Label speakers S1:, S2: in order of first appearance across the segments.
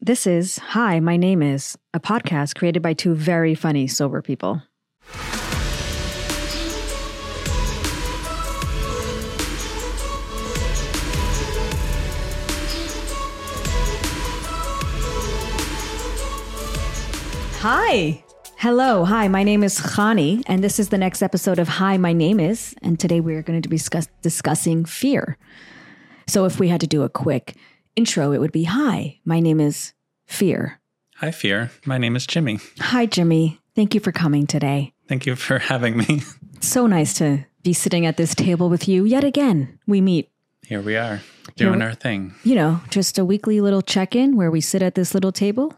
S1: This is Hi, My Name Is, a podcast created by two very funny sober people. Hi. Hello. Hi, my name is Khani, and this is the next episode of Hi, My Name Is. And today we are going to be discuss- discussing fear. So if we had to do a quick intro, it would be Hi, my name is Fear.
S2: Hi, Fear. My name is Jimmy.
S1: Hi, Jimmy. Thank you for coming today.
S2: Thank you for having me.
S1: So nice to be sitting at this table with you yet again. We meet
S2: Here we are doing
S1: Here-
S2: our thing.
S1: you know, just a weekly little check in where we sit at this little table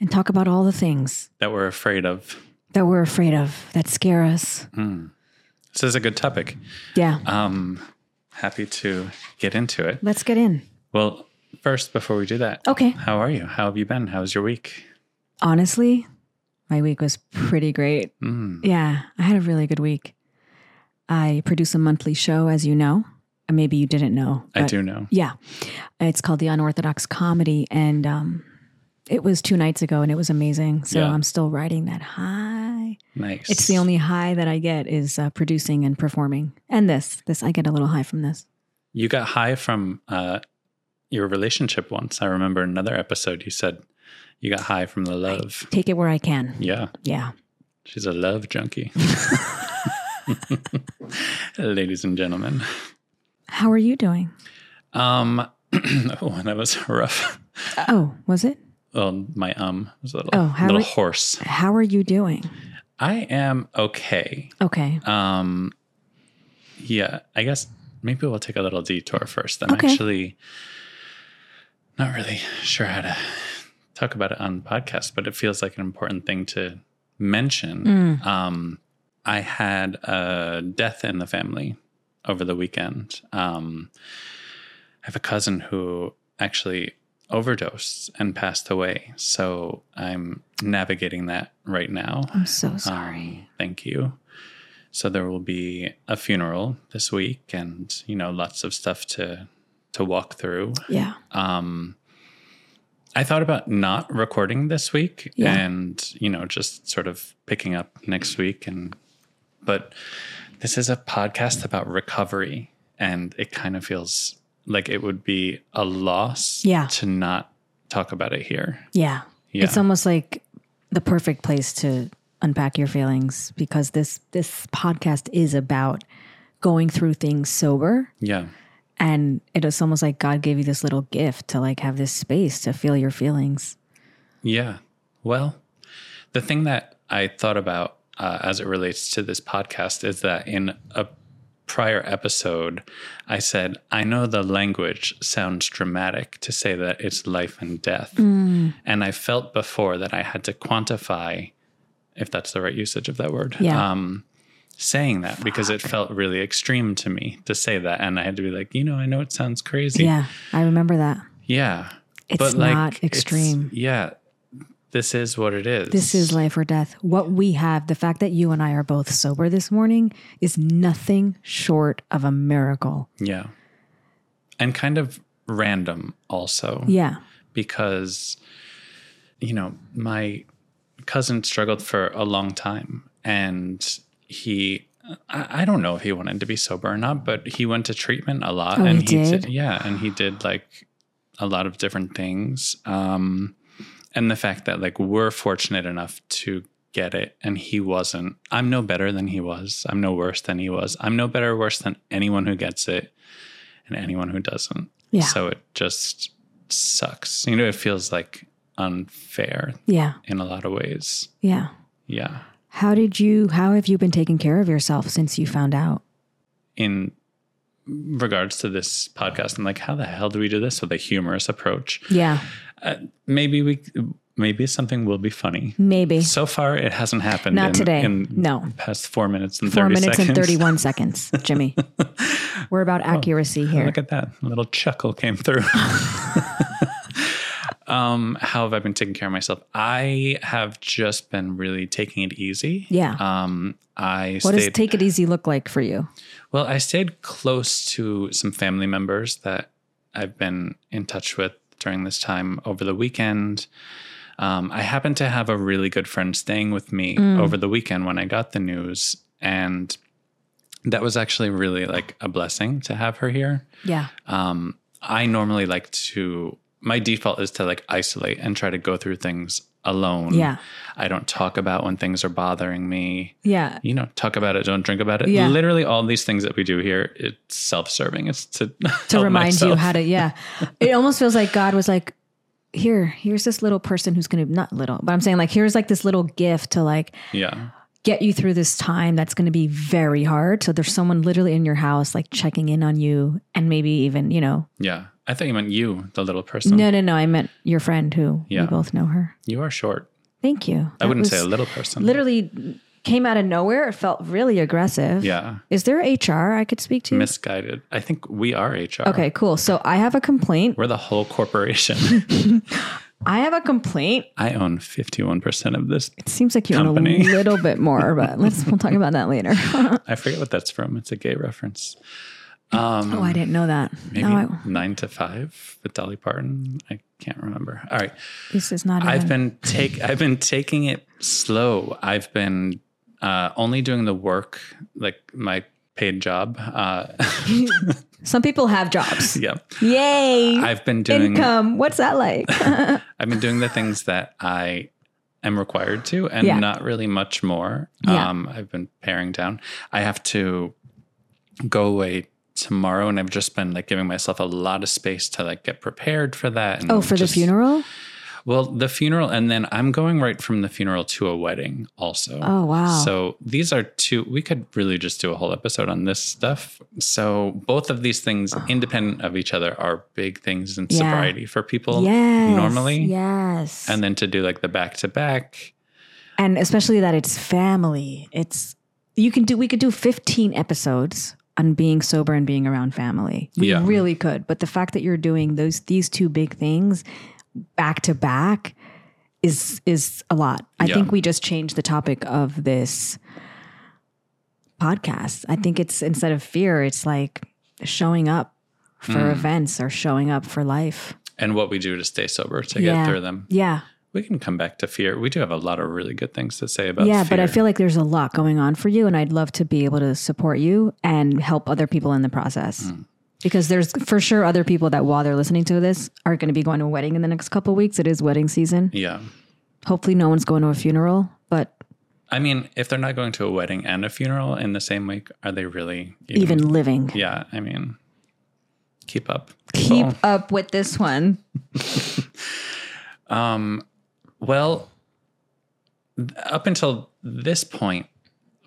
S1: and talk about all the things
S2: that we're afraid of.
S1: that we're afraid of that scare us.
S2: This is a good topic.
S1: Yeah.
S2: Um, happy to get into it.
S1: Let's get in.
S2: Well, first, before we do that,
S1: Okay.
S2: how are you? How have you been? How was your week?
S1: Honestly, my week was pretty great.
S2: Mm,
S1: Yeah. I had a really good week. I produce a monthly show, as you know. And Maybe you didn't know.
S2: I
S1: but-
S2: do know.
S1: Yeah. It's called The Unorthodox Comedy. And um, it was two nights ago and it was amazing. So
S2: Yeah.
S1: I'm still riding that high.
S2: Nice.
S1: It's the only high that I get is uh, producing and performing. And this, this, I get a little high from this.
S2: You got high from uh, your relationship once. I remember another episode you said you got high from the love.
S1: Take it where I can.
S2: Yeah.
S1: Yeah.
S2: She's a love junkie. Ladies and gentlemen.
S1: How are you doing?
S2: Um, oh, that was rough.
S1: Oh, was it?
S2: Well, my um was a little,
S1: Oh, how
S2: little
S1: are-
S2: hoarse.
S1: How are you doing?
S2: I am okay.
S1: Okay.
S2: Um, yeah, I guess maybe we'll take a little detour first. I'm
S1: Okay.
S2: actually not really sure how to talk about it on the podcast, but it feels like an important thing to mention. Um, I had a death in the family over the weekend. Um, I have a cousin who actually overdosed and passed away. So I'm navigating that right now.
S1: I'm so
S2: Um,
S1: Oh, sorry.
S2: thank you. So there will be a funeral this week, and you know, lots of stuff to to walk through.
S1: yeah.
S2: Um, I thought about not recording this week,
S1: Yeah.
S2: and you know, just sort of picking up next week. And but this is a podcast about recovery, and it kind of feels like it would be a loss,
S1: Yeah.
S2: to not talk about it here.
S1: Yeah.
S2: Yeah.
S1: It's almost like the perfect place to unpack your feelings because this this podcast is about going through things sober
S2: Yeah,
S1: and it is almost like God gave you this little gift to like have this space to feel your feelings.
S2: Yeah. Well, the thing that I thought about uh, as it relates to this podcast is that in a prior episode, I said, I know the language sounds dramatic to say that it's life and death.
S1: Mm.
S2: And I felt before that I had to quantify, if that's the right usage of that word,
S1: Yeah.
S2: um, saying that because it felt really extreme to me to say that. And I had to be like, you know, I know it sounds crazy.
S1: Yeah, I remember that.
S2: Yeah.
S1: It's not
S2: it's-
S1: extreme.
S2: yeah. This is what it is.
S1: This is life or death. What we have, the fact that you and I are both sober this morning is nothing short of a miracle.
S2: Yeah. And kind of random also
S1: Yeah.
S2: because, you know, my cousin struggled for a long time and he. I I don't know if he wanted to be sober or not, but he went to treatment a lot,
S1: Oh,
S2: and
S1: he did?
S2: yeah, and he did like a lot of different things. Um, and the fact that like we're fortunate enough to get it and he wasn't i'm no better than he was i'm no worse than he was i'm no better or worse than anyone who gets it and anyone who doesn't
S1: Yeah.
S2: so it just sucks you know it feels like unfair
S1: Yeah.
S2: in a lot of ways
S1: Yeah.
S2: yeah
S1: How did you how have you been taking care of yourself since you found out?
S2: in regards to this podcast i'm like how the hell do we do this with a humorous approach
S1: Yeah.
S2: maybe we maybe something will be funny
S1: Maybe.
S2: so far it hasn't happened
S1: Not
S2: in,
S1: today.
S2: in
S1: No.
S2: past four minutes and
S1: Four
S2: 30
S1: minutes
S2: seconds
S1: and thirty-one seconds, Jimmy. We're about accuracy here.
S2: Look at that. A little chuckle came through. um, how have I been taking care of myself? I have just been really taking it easy.
S1: Yeah.
S2: Um, I
S1: what does
S2: stayed
S1: take it easy look like for you?
S2: well, I stayed close to some family members that I've been in touch with during this time over the weekend. Um, I happened to have a really good friend staying with me over the weekend when I got the news. And that was actually really like a blessing to have her here.
S1: Yeah.
S2: Um, I normally like to, my default is to like isolate and try to go through things alone.
S1: Yeah.
S2: I don't talk about when things are bothering me.
S1: Yeah.
S2: You know, talk about it, don't drink about it.
S1: Yeah.
S2: Literally, all these things that we do here, it's self serving. It's to,
S1: to remind you how to yeah it almost feels like god was like here here's this little person who's gonna not little but i'm saying like here's like this little gift to like
S2: Yeah.
S1: get you through this time that's gonna be very hard so there's someone literally in your house like checking in on you and maybe even you know
S2: Yeah. I thought you meant you, the little person.
S1: no no no i meant your friend who
S2: Yeah.
S1: we both know her
S2: You are short.
S1: thank you
S2: I wouldn't say
S1: was
S2: a little person.
S1: literally came out of nowhere it felt really aggressive
S2: Yeah.
S1: is there hr i could speak to
S2: Misguided. I think we are HR.
S1: okay cool so i have a complaint
S2: We're the whole corporation.
S1: i have a complaint
S2: I own 51% of this.
S1: Seems like you own a
S2: company.
S1: little bit more, but let's we'll talk about that later.
S2: I forget what that's from. It's a gay reference. Um,
S1: oh, I didn't know that.
S2: Maybe
S1: No, I,
S2: nine to five with Dolly Parton. I can't remember. All right.
S1: this is not.
S2: I've
S1: even-
S2: been take I've been taking it slow. I've been uh, only doing the work, like my paid job. Uh,
S1: Some people have jobs.
S2: yeah.
S1: Yay!
S2: I've been doing
S1: Income. What's that like?
S2: I've been doing the things that I am required to and
S1: Yeah.
S2: not really much more.
S1: Yeah.
S2: Um, I've been paring down. I have to go away tomorrow and I've just been like giving myself a lot of space to like get prepared for that. and
S1: oh, for
S2: just-
S1: the funeral.
S2: Well, the funeral and then I'm going right from the funeral to a wedding also.
S1: Oh wow.
S2: So these are two, we could really just do a whole episode on this stuff. So both of these things, independent of each other, are big things in
S1: Ah. Yeah.
S2: sobriety for people
S1: yes.
S2: normally.
S1: Yes.
S2: And
S1: And
S2: then to do like the back to back.
S1: and especially that it's family. It's you can do. We could do fifteen episodes on being sober and being around family. We
S2: Yeah.
S1: really could. But the fact that you're doing those these two big things back to back is is a lot. I
S2: Yeah.
S1: think we just changed the topic of this podcast. I think it's instead of fear, it's like showing up for
S2: Hmm.
S1: events or showing up for life.
S2: and what we do to stay sober to
S1: Yeah.
S2: get through them.
S1: Yeah.
S2: We can come back to fear. We do have a lot of really good things to say about
S1: yeah,
S2: fear.
S1: but I feel like there's a lot going on for you and I'd love to be able to support you and help other people in the process.
S2: Hmm.
S1: Because there's for sure other people that while they're listening to this are going to be going to a wedding in the next couple of weeks. It is wedding season.
S2: yeah.
S1: Hopefully no one's going to a funeral, but
S2: I mean, if they're not going to a wedding and a funeral in the same week, are they really
S1: even living.
S2: Yeah, Oh. I mean, keep up.
S1: Keep up with this one.
S2: Well, th- up until this point,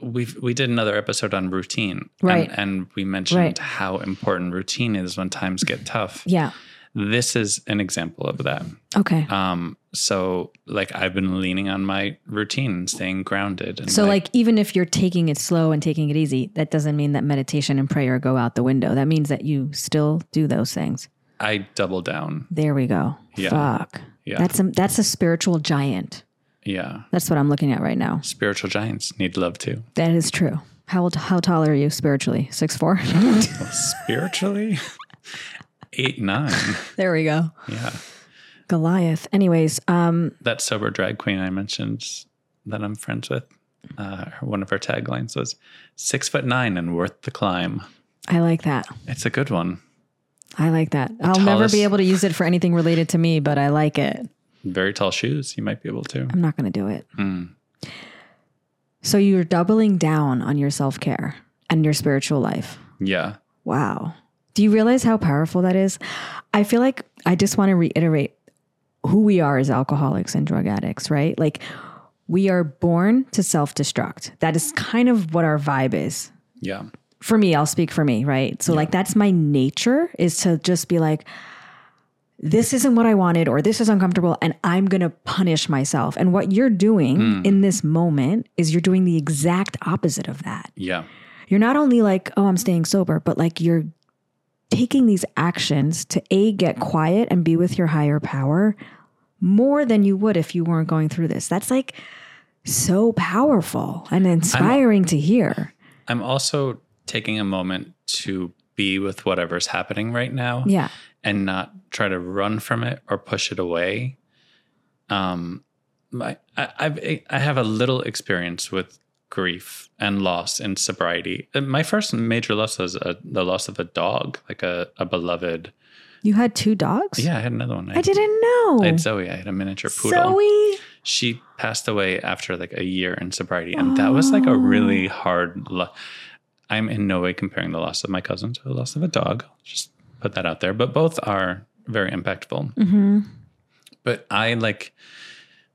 S2: we've we did another episode on routine,
S1: Right.
S2: And, and we mentioned
S1: Right.
S2: how important routine is when times get tough.
S1: Yeah.
S2: This is an example of that.
S1: Okay.
S2: Um, so like I've been leaning on my routine, and staying grounded, and
S1: so like, even if you're taking it slow and taking it easy, that doesn't mean that meditation and prayer go out the window. That means that you still do those things.
S2: I double down.
S1: There we go.
S2: Yeah.
S1: Fuck.
S2: Yeah.
S1: That's a that's a spiritual giant.
S2: Yeah.
S1: That's what I'm looking at right now.
S2: Spiritual giants need love too.
S1: That is true. How old, how tall are you spiritually? Six four.
S2: Spiritually? Eight, nine.
S1: there we go.
S2: Yeah.
S1: Goliath. Anyways, um,
S2: That sober drag queen I mentioned that I'm friends with, uh, her- one of her taglines was six foot nine and worth the climb.
S1: I like that.
S2: It's a good one.
S1: I like that. I'll never
S2: tallest-
S1: be able to use it for anything related to me, but I like it.
S2: Very tall shoes. You might be able to.
S1: I'm not going to do it.
S2: Mm.
S1: So you're doubling down on your self care and your spiritual life.
S2: Yeah.
S1: Wow. Do you realize how powerful that is? I feel like I just want to reiterate who we are as alcoholics and drug addicts, right? Like we are born to self destruct. That is kind of what our vibe is.
S2: Yeah.
S1: For me, I'll speak for me, right? So, like, that's my nature is to just be like, this isn't what I wanted, or this is uncomfortable, and I'm gonna punish myself. And what you're doing in this moment is you're doing the exact opposite of that
S2: Yeah.
S1: you're not only like, oh, I'm staying sober, but like you're taking these actions to A, get quiet and be with your higher power more than you would if you weren't going through this. That's like so powerful and inspiring to hear.
S2: I'm also taking a moment to be with whatever's happening right now.
S1: Yeah.
S2: and not try to run from it or push it away. Um, my, I, I've I have a little experience with grief and loss in sobriety. And My first major loss was a, the loss of a dog, like a, a beloved.
S1: You had two dogs?
S2: Yeah, I had another one.
S1: I didn't know.
S2: I had Zoe. I had a miniature poodle.
S1: Zoe.
S2: She passed away after like a year in sobriety, and that was
S1: Oh.
S2: like a really hard. Lo- I'm in no way comparing the loss of my cousin to the loss of a dog. Just put that out there. But both are very impactful
S1: Mm-hmm.
S2: but I like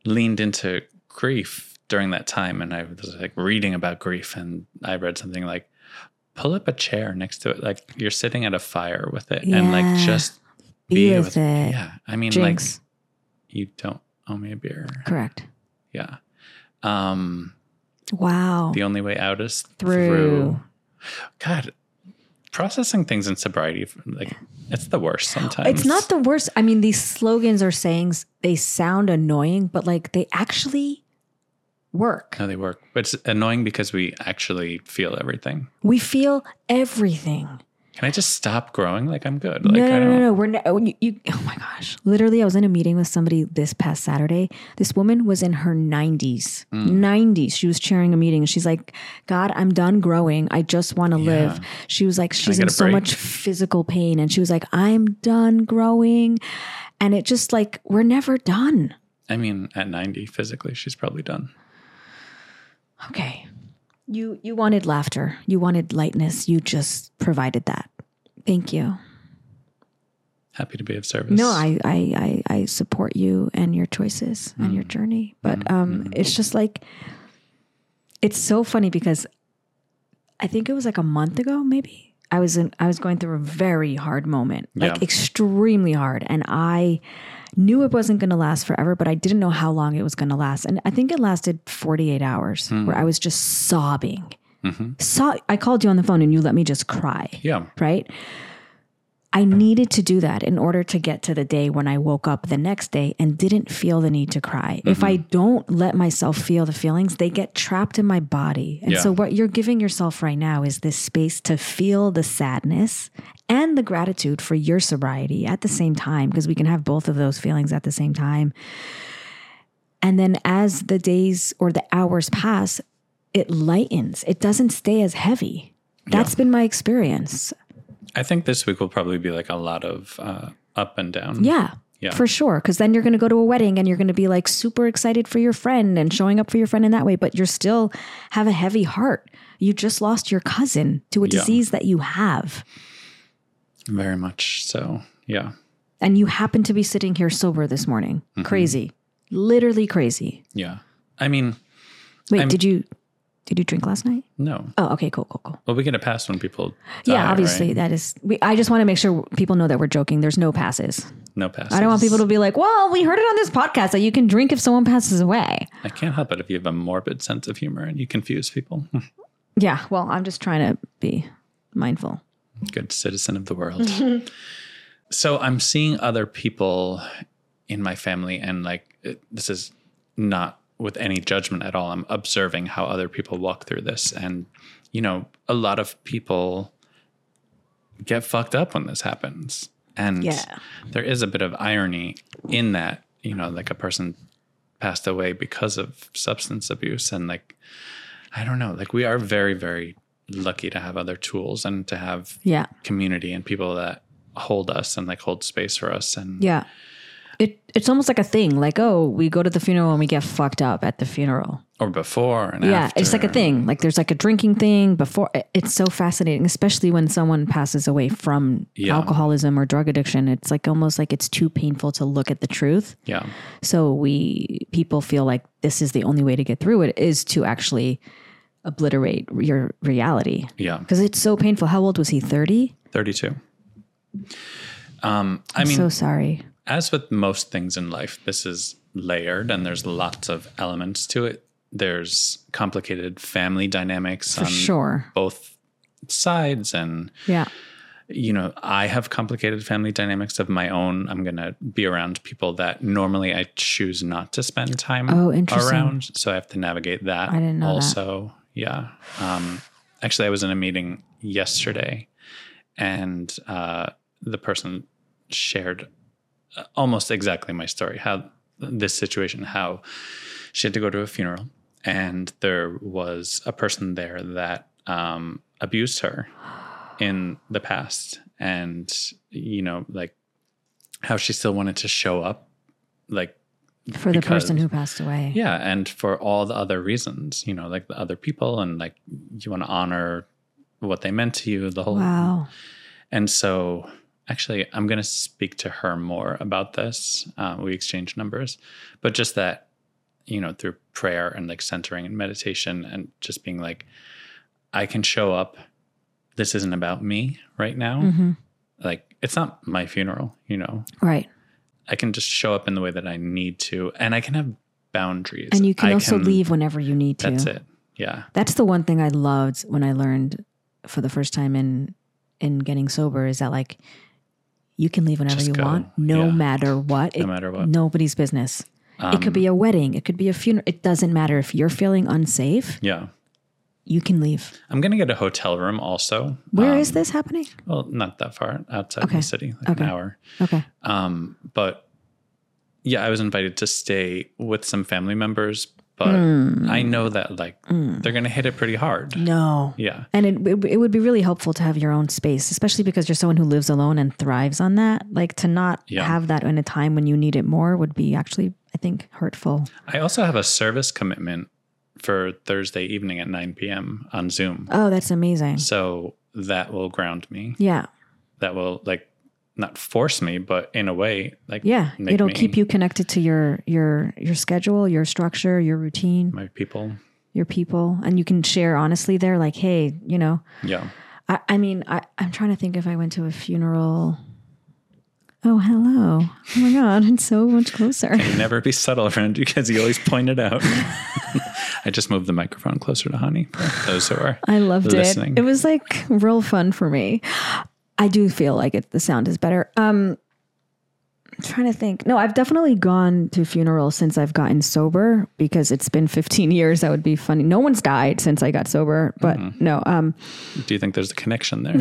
S2: leaned into grief during that time and I was like reading about grief and I read something like pull up a chair next to it like you're sitting at a fire with it and like
S1: Yeah.
S2: just
S1: Be, with, it.
S2: yeah I mean
S1: Jinx.
S2: like you don't owe me a beer
S1: Correct.
S2: yeah um
S1: Wow.
S2: the only way out is
S1: Through.
S2: god processing things in sobriety like it's the worst sometimes
S1: It's not the worst. I mean, these slogans or sayings, they sound annoying, but like they actually work.
S2: no, they work. But it's annoying because we actually feel everything.
S1: We feel everything.
S2: Can I just stop growing? Like I'm good. Like
S1: no,
S2: I
S1: no,
S2: don't.
S1: no, no. We're not. Oh, you, you, oh my gosh! Literally, I was in a meeting with somebody this past Saturday. This woman was in her nineties.
S2: Hmm.
S1: Nineties. She was chairing a meeting. She's like, "God, I'm done growing. I just want to live." She was like, "She's
S2: get
S1: in
S2: a
S1: so
S2: break?"
S1: much physical pain," and she was like, "I'm done growing," and it just like we're never done.
S2: I mean, at 90 physically, she's probably done.
S1: Okay. You you wanted laughter. You wanted lightness. You just provided that. Thank you.
S2: Happy to be of service.
S1: No, I, I, I, I support you and your choices and your journey. But um, it's just like, it's so funny because I think it was like a month ago, maybe I was in, I was going through a very hard moment, like
S2: Yeah.
S1: extremely hard. And I knew it wasn't going to last forever, but I didn't know how long it was going to last. And I think it lasted 48 hours where I was just sobbing.
S2: Mhm.
S1: So, I called you on the phone and you let me just cry
S2: Yeah.
S1: right? I needed to do that in order to get to the day when I woke up the next day and didn't feel the need to cry. If I don't let myself feel the feelings, they get trapped in my body. And
S2: Yeah.
S1: so, what you're giving yourself right now is this space to feel the sadness and the gratitude for your sobriety at the same time, because we can have both of those feelings at the same time. And then, as the days or the hours pass, it lightens, it doesn't stay as heavy. That's been my experience.
S2: I think this week will probably be like a lot of uh, up and down.
S1: Yeah.
S2: Yeah.
S1: For sure. Cause then you're going to go to a wedding and you're going to be like super excited for your friend and showing up for your friend in that way, but you're still have a heavy heart. You just lost your cousin to a
S2: Yeah.
S1: disease that you have.
S2: Very much so. Yeah.
S1: And you happen to be sitting here sober this morning.
S2: Mm-hmm.
S1: Crazy. Literally crazy.
S2: Yeah. I mean,
S1: Wait,
S2: I'm-
S1: did you did you drink last night?
S2: no.
S1: Oh, okay, cool, cool, cool.
S2: Well, we get a pass when people. Die,
S1: yeah, obviously
S2: right?
S1: that is we I just want to make sure people know that we're joking. There's no passes.
S2: No pass.
S1: I don't want people to be like, "Well, we heard it on this podcast that you can drink if someone passes away."
S2: I can't help it if you have a morbid sense of humor and you confuse people.
S1: Yeah, well, I'm just trying to be mindful.
S2: good citizen of the world. so I'm seeing other people in my family, and like it- this is not with any judgment at all. I'm observing how other people walk through this, and you know, a lot of people get fucked up when this happens, and
S1: Yeah.
S2: there is a bit of irony in that. You know, like a person passed away because of substance abuse, and like I don't know, like we are very, very lucky to have other tools and to have
S1: Yeah.
S2: community and people that hold us and like hold space for us and
S1: Yeah. It it's almost like a thing, like, oh, we go to the funeral and we get fucked up at the funeral.
S2: or before and
S1: Yeah.
S2: after.
S1: It's like a thing. Like there's like a drinking thing before it- it's so fascinating, especially when someone passes away from
S2: Yeah.
S1: alcoholism or drug addiction. It's like almost like it's too painful to look at the truth.
S2: Yeah.
S1: So we people feel like this is the only way to get through it is to actually obliterate your reality.
S2: Yeah.
S1: Because it's so painful. How old was he? 30?
S2: 32. Um, I mean,
S1: so sorry.
S2: as with most things in life, this is layered and there's lots of elements to it. There's complicated family dynamics
S1: For
S2: on
S1: sure.
S2: both sides and
S1: Yeah.
S2: you know, I have complicated family dynamics of my own. I'm going to be around people that normally I choose not to spend time
S1: Oh, interesting.
S2: around. So I have to navigate that
S1: I didn't know that.
S2: also. Yeah. Um, actually, I was in a meeting yesterday and uh, the person shared uh, almost exactly my story how this situation, how she had to go to a funeral, and there was a person there that um, abused her in the past. And, you know, like how she still wanted to show up, like
S1: for the
S2: Because-
S1: person who passed away.
S2: yeah, and for all the other reasons, you know, like the other people, and like you want to honor what they meant to you, the whole.
S1: Wow.
S2: And so, actually, I'm going to speak to her more about this. Uh, we exchange numbers, but just that, you know, through prayer and like centering and meditation, and just being like, I can show up. This isn't about me right now.
S1: hmm
S2: Like, it's not my funeral, you know.
S1: Right.
S2: I can just show up in the way that I need to, and I can have boundaries.
S1: And you can
S2: I
S1: also leave whenever you need to.
S2: That's it. Yeah.
S1: That's the one thing I loved when I learned for the first time in in getting sober is that like you can leave whenever
S2: Just
S1: you
S2: go.
S1: want, no
S2: Yeah.
S1: matter what.
S2: No
S1: It-
S2: matter what.
S1: Nobody's business.
S2: Um,
S1: it could be a wedding. It could be a funeral. It doesn't matter if you're feeling unsafe.
S2: Yeah.
S1: You can leave.
S2: I'm going to get a hotel room also.
S1: Where is
S2: Um,
S1: this happening?
S2: Well, not that far outside
S1: Okay.
S2: the city, like
S1: Okay.
S2: an hour.
S1: Okay.
S2: Um, but yeah, I was invited to stay with some family members, but
S1: Mm.
S2: I know that like they're going to hit it pretty hard.
S1: No.
S2: Yeah.
S1: And it, it it would be really helpful to have your own space, especially because you're someone who lives alone and thrives on that. Like to not
S2: Yeah.
S1: have that in a time when you need it more would be actually, I think, hurtful.
S2: I also have a service commitment for Thursday evening at 9 p.m. on Zoom.
S1: Oh, that's amazing.
S2: So that will ground me.
S1: Yeah.
S2: That will like not force me, but in a way, like
S1: Yeah,
S2: make
S1: it'll
S2: me-
S1: keep you connected to your your your schedule, your structure, your routine,
S2: my people.
S1: your people, and you can share honestly there. Like, hey, you know,
S2: Yeah.
S1: I, I mean, I, I'm trying to think if I went to a funeral. Oh, hello! Oh my God, it's so much closer.
S2: You never be subtle around you because you always point it out. I just moved the microphone closer to Honey. for Those who are.
S1: I loved
S2: Listening.
S1: it. It was like real fun for me. I do feel like it. The sound is better. Um, I'm trying to think. No, I've definitely gone to funerals since I've gotten sober because it's been 15 years. That would be funny. No one's died since I got sober, but
S2: Mm-hmm.
S1: no. Um,
S2: Do you think there's a connection there?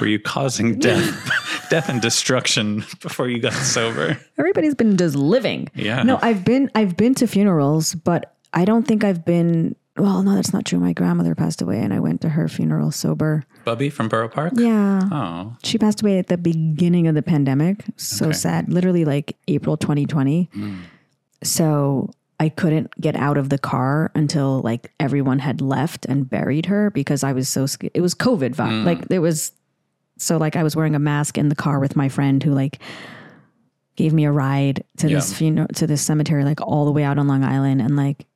S2: Were you causing death, death and destruction before you got sober?
S1: everybody's been just living.
S2: Yeah.
S1: No, I've been I've been to funerals, but I don't think I've been. Well, no, that's not true. My grandmother passed away, and I went to her funeral sober.
S2: Bubby from Borough Park.
S1: Yeah.
S2: Oh,
S1: She passed away at the beginning of the pandemic. So
S2: Okay.
S1: sad. Literally like April 2020. So I couldn't get out of the car until like everyone had left and buried her because I was so scared. It was COVID vibe.
S2: Mm.
S1: Like it was so like I was wearing a mask in the car with my friend who like gave me a ride to this
S2: Yeah.
S1: funeral to this cemetery like all the way out on Long Island and like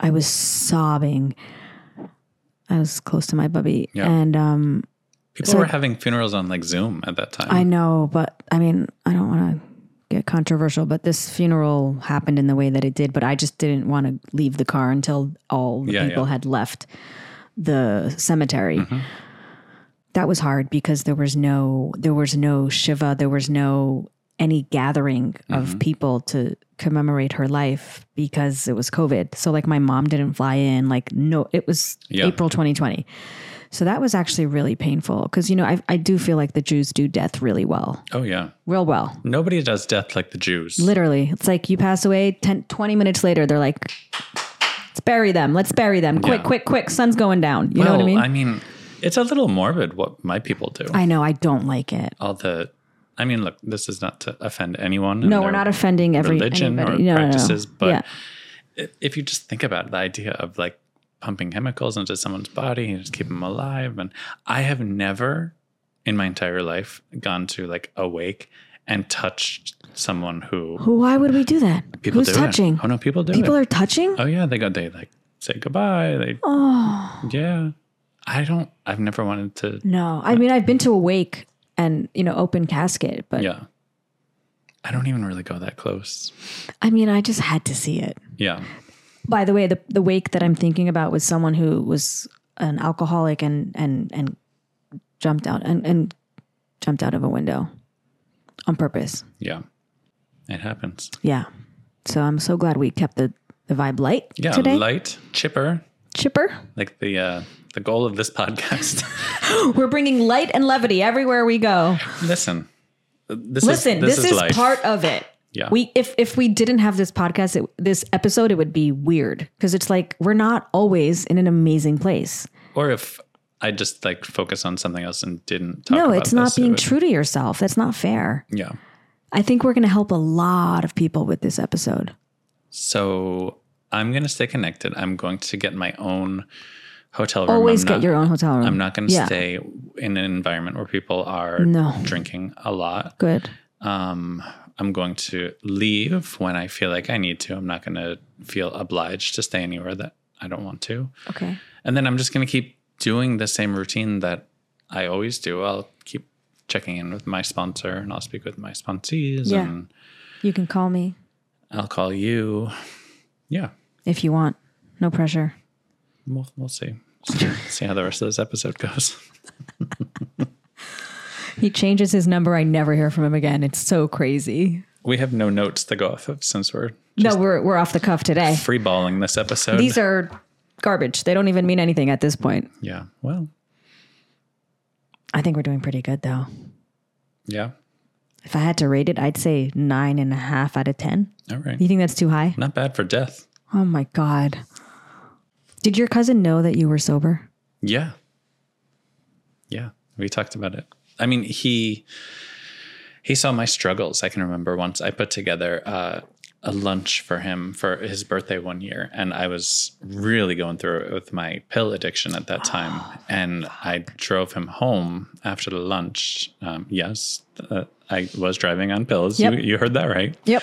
S1: I was sobbing. I was close to my bubby
S2: Yeah.
S1: and um
S2: people
S1: So-
S2: were having funerals on like Zoom at that time.
S1: I know, but I mean, I don't want to get controversial, but this funeral happened in the way that it did, but I just didn't want to leave the car until all the
S2: Yeah,
S1: people
S2: yeah. Mm-hmm.
S1: had left the cemetery. That was hard because there was no there was no Shiva, there was no any gathering
S2: Mm-hmm.
S1: of people to commemorate her life because it was COVID. So like my mom didn't fly in, like no it was
S2: Yeah.
S1: April 2020. So that was actually really painful because, you know, I, I do feel like the Jews do death really well,
S2: oh yeah,
S1: real well.
S2: nobody does death like the Jews.
S1: Literally, it's like you pass away 10, 20 minutes later, they're like, let's bury them, let's bury them. Quick,
S2: Yeah.
S1: quick, quick, sun's going down. You know
S2: well,
S1: what I mean?
S2: I mean, it's a little morbid what my people do.
S1: I know, I don't like it.
S2: All the, I mean, look, this is not to offend anyone. and
S1: No, we're
S2: their-
S1: not offending every
S2: religion
S1: anybody. No,
S2: or
S1: no, no.
S2: practices,
S1: Yeah.
S2: but i if you just think about it, the idea of like pumping chemicals into someone's body and just keep them alive, and I have never in my entire life gone to like a wake and touched someone who
S1: Who- why would we do that?
S2: people
S1: Who's
S2: do it.
S1: touching?
S2: Oh no, people do
S1: People
S2: it.
S1: are touching?
S2: oh yeah, they go. They like say goodbye. They
S1: Oh.
S2: yeah. I don't. I've never wanted to.
S1: No, I mean, I've been to a wake and, you know, open casket, but
S2: Yeah. I don't even really go that close.
S1: I mean, I just had to see it.
S2: Yeah.
S1: By the way, the, the wake that I'm thinking about was someone who was an alcoholic and and and jumped out and, and jumped out of a window on purpose.
S2: Yeah. It happens.
S1: Yeah. So I'm so glad we kept the, the vibe light
S2: Yeah.
S1: today.
S2: Light, chipper,
S1: Chipper.
S2: like the uh, the goal of this podcast.
S1: We're bringing light and levity everywhere we go.
S2: Listen, This
S1: Listen,
S2: is,
S1: this, is,
S2: life.
S1: part of it.
S2: Yeah.
S1: We if if we didn't have this podcast, it, this episode, it would be weird because it's like we're not always in an amazing place.
S2: or if I just like focus on something else and didn't talk
S1: no,
S2: about
S1: it's not
S2: this, it
S1: being
S2: would-
S1: true to yourself. That's not fair.
S2: Yeah.
S1: I think we're going to help a lot of people with this episode.
S2: So I'm going to stay connected. I'm going to get my own hotel room.
S1: Always
S2: I'm
S1: get
S2: not,
S1: your own hotel room.
S2: I'm not going to
S1: Yeah.
S2: stay in an environment where people are
S1: No.
S2: drinking a lot.
S1: Good.
S2: Um, I'm going to leave when I feel like I need to. I'm not going to feel obliged to stay anywhere that I don't want to.
S1: Okay.
S2: And then I'm just going to keep doing the same routine that I always do. I'll keep checking in with my sponsor and I'll speak with my sponsees
S1: Yeah.
S2: and
S1: You can call me
S2: I'll call you. Yeah.
S1: if you want. No pressure.
S2: We'll, we'll see. See- see how the rest of this episode goes.
S1: He changes his number. I never hear from him again. It's so crazy.
S2: We have no notes to go off of since we're
S1: no, we're we're off the cuff today.
S2: free balling this episode.
S1: Eh. These are garbage. They don't even mean anything at this point.
S2: yeah. Well,
S1: I think we're doing pretty good though.
S2: yeah.
S1: If I had to rate it, I'd say nine and a half out of ten.
S2: All right.
S1: You think that's too high?
S2: Not bad for death.
S1: Oh my god. Did your cousin know that you were sober?
S2: Yeah. Yeah. We talked about it. I mean, he he saw my struggles. I can remember once I put together uh, a lunch for him for his birthday one year, and I was really going through it with my pill addiction at that time. and I drove him home after the lunch. Um, yes, uh, I was driving on pills. You,
S1: Yep.
S2: you heard that right.
S1: Yep.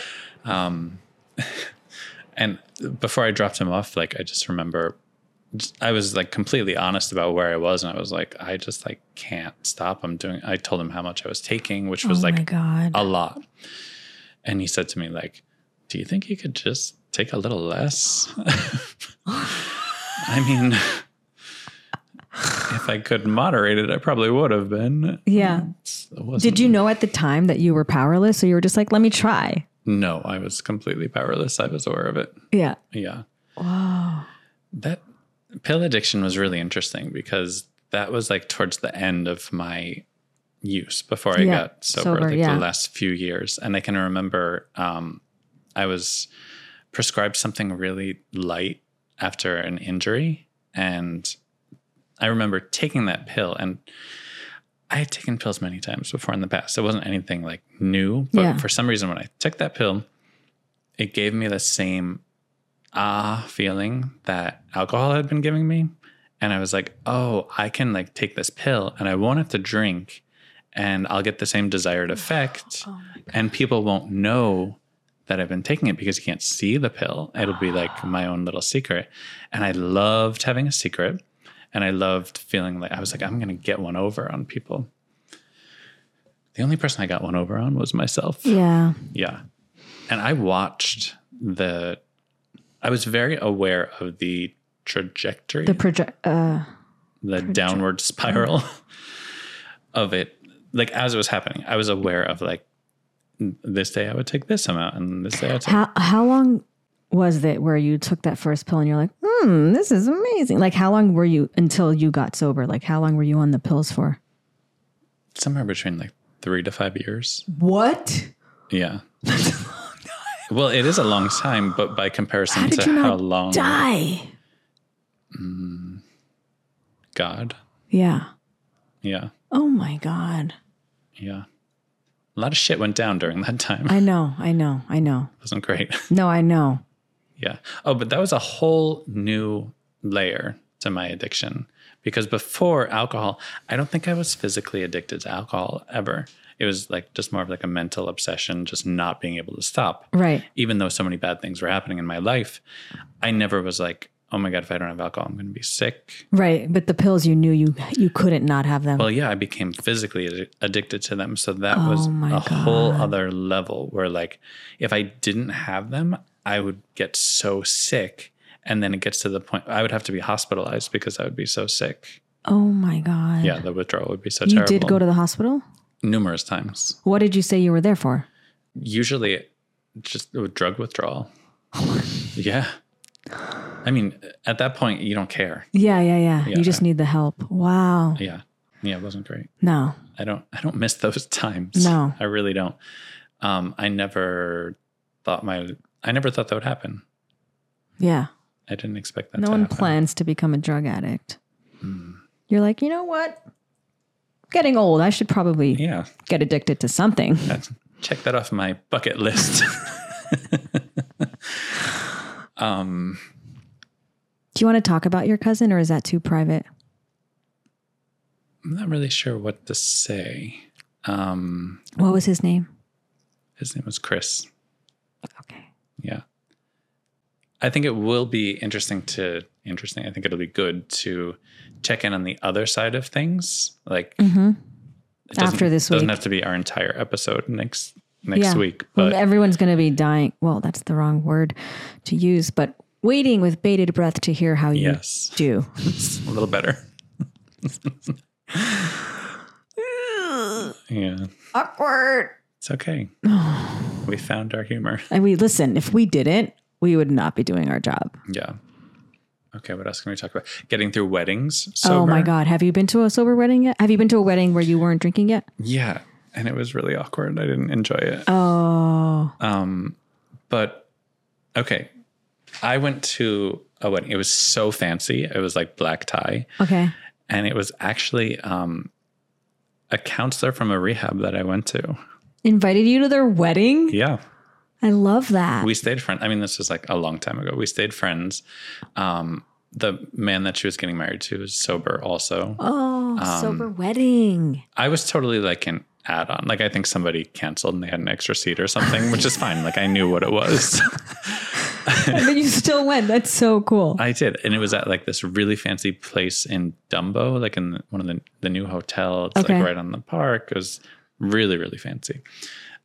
S2: And before I dropped him off, like I just remember just- I was like completely honest about where I was and I was like, I just like can't stop. I'm doing I told him how much I was taking, which was
S1: oh my
S2: like
S1: god.
S2: a lot. And he said to me, like, do you think you could just take a little less? I mean if I could moderate it, I probably would have been.
S1: yeah. Did you know at the time that you were powerless? So you were just like, let me try.
S2: No, I was completely powerless. I was aware of it.
S1: Yeah.
S2: Yeah.
S1: Wow.
S2: That pill addiction was really interesting because that was like towards the end of my use before I
S1: Yeah,
S2: got sober,
S1: sober,
S2: like
S1: yeah.
S2: the last few years. And I can remember um, I was prescribed something really light after an injury. And I remember taking that pill and I had taken pills many times before in the past. It wasn't anything like new, but
S1: Yeah.
S2: for some reason, when I took that pill, it gave me the same ah feeling that alcohol had been giving me. And I was like, oh, I can like take this pill and I won't have to drink and I'll get the same desired effect. and people won't know that I've been taking it because you can't see the pill. It'll be like my own little secret. And I loved having a secret. And I loved feeling like I was like, I'm going to get one over on people. The only person I got one over on was myself.
S1: Yeah.
S2: Yeah. And I watched the, I was very aware of the trajectory,
S1: The
S2: the,
S1: project. Uh,
S2: downward spiral of it. Like as it was happening, I was aware of like, this day I would take this amount, and this day I would take.
S1: how how long was it where you took that first pill and you're like, hmm, this is amazing? Like, how long were you until you got sober? Like, how long were you on the pills for?
S2: somewhere between like three to five years.
S1: What?
S2: Yeah. well, it is a long time, but by comparison
S1: How did
S2: to
S1: you
S2: how
S1: not
S2: long
S1: Die.
S2: God.
S1: Yeah.
S2: Yeah.
S1: Oh my God.
S2: Yeah. A lot of shit went down during that time.
S1: I know. I know. I know.
S2: It wasn't great.
S1: No, I know.
S2: Yeah. Oh, but that was a whole new layer to my addiction because before alcohol, I don't think I was physically addicted to alcohol ever. It was like just more of like a mental obsession, just not being able to stop.
S1: Right.
S2: Even though so many bad things were happening in my life, I never was like, oh my God, if I don't have alcohol, I'm going to be sick.
S1: Right. But the pills you knew you you couldn't not have them.
S2: Well, yeah, I became physically addi- addicted to them. So that was
S1: Oh,
S2: a
S1: my
S2: whole
S1: God.
S2: other level where, like, if I didn't have them, I would get so sick. And then it gets to the point I would have to be hospitalized because I would be so sick.
S1: oh my God.
S2: Yeah, the withdrawal would be so
S1: You
S2: terrible.
S1: did go to the hospital?
S2: numerous times,
S1: What did you say you were there for?
S2: usually just with drug withdrawal. yeah. I mean, at that point, you don't care.
S1: Yeah, yeah, yeah.
S2: Yeah.
S1: You just need the help. Wow.
S2: Yeah. Yeah, it wasn't great.
S1: No.
S2: I don't I don't miss those times.
S1: No.
S2: I really don't. Um, I never thought my I never thought that would happen.
S1: Yeah.
S2: I didn't expect that.
S1: no
S2: to
S1: one
S2: happen.
S1: plans to become a drug addict.
S2: Hmm.
S1: You're like, you know what? Getting old. I should probably
S2: Yeah,
S1: get addicted to something.
S2: that's, check that off my bucket list. um,
S1: Do you want to talk about your cousin or is that too private?
S2: I'm not really sure what to say. Um,
S1: What was his name?
S2: his name was Chris.
S1: Okay.
S2: Yeah. I think it will be interesting to interesting. I think it'll be good to check in on the other side of things. Like it doesn't-
S1: Mm-hmm. After this
S2: doesn't
S1: week.
S2: have to be our entire episode next next
S1: Yeah.
S2: week,
S1: Well,
S2: but
S1: everyone's going to be dying. Well, that's the wrong word to use, but waiting with bated breath to hear how you
S2: yes,
S1: do.
S2: a little better. yeah,
S1: Awkward.
S2: it's okay. we found our humor.
S1: And we listen, if we didn't, we would not be doing our job.
S2: Yeah. Okay, what else can we talk about? Getting through weddings.
S1: Oh my
S2: sober.
S1: God. Have you been to a sober wedding yet? Have you been to a wedding where you weren't drinking yet?
S2: Yeah, and it was really awkward. I didn't enjoy it.
S1: Oh,
S2: Um, but okay, I went to a wedding. It was so fancy. It was like black tie,
S1: okay.
S2: and it was actually um, a counselor from a rehab that I went to.
S1: Invited you to their wedding?
S2: Yeah,
S1: I love that.
S2: we stayed friends. I mean, this was like a long time ago. We stayed friends. Um, the man that she was getting married to was sober. Also,
S1: oh,
S2: um,
S1: sober wedding.
S2: I was totally like an add-on. Like I think somebody canceled and they had an extra seat or something, which is fine. Like I knew what it was.
S1: and then you still went. That's so cool.
S2: I did, and it was at like this really fancy place in Dumbo, like in one of the the new hotel. It's
S1: Okay.
S2: like right on the park. It was really really fancy,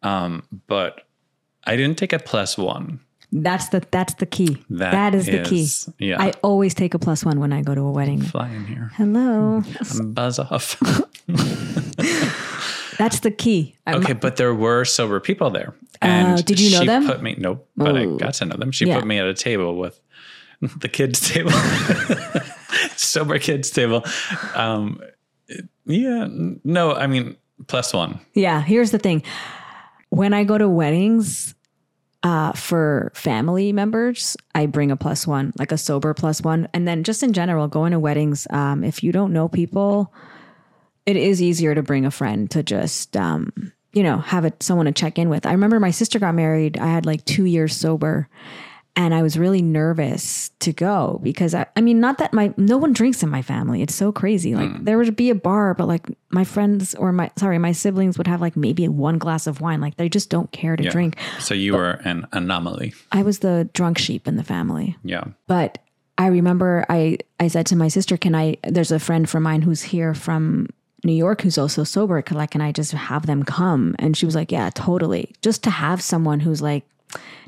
S2: um, but I didn't take a plus one.
S1: That's the that's the key.
S2: That
S1: that is the key.
S2: is- yeah.
S1: I always take a plus one when I go to a wedding.
S2: Fly in here,
S1: Hello.
S2: buzz off.
S1: That's the key. I'm-
S2: okay, but there were sober people there,
S1: Oh, did you know
S2: she
S1: them? Oh.
S2: Put me nope, but I got to know them. She
S1: Yeah.
S2: put me at a table with the kids table, sober kids table. Um, yeah, n- no, I mean plus one.
S1: Yeah, here's the thing. When I go to weddings uh, for family members, I bring a plus one, like a sober plus one. And then just in general, going to weddings, um, if you don't know people, it is easier to bring a friend to just, um, you know, have it, someone to check in with. I remember my sister got married. I had like two years sober and I was really nervous to go because I, I mean, not that my no one drinks in my family. It's so crazy. Like there would be a bar, but like my friends or my sorry, my siblings would have like maybe one glass of wine. Like they just don't care to drink.
S2: So you were an anomaly.
S1: I was the drunk sheep in the family.
S2: Yeah.
S1: But I remember I I said to my sister, "Can I?" There's a friend from mine who's here from New York who's also sober. Can like, can I just have them come? And she was like, "Yeah, totally." Just to have someone who's like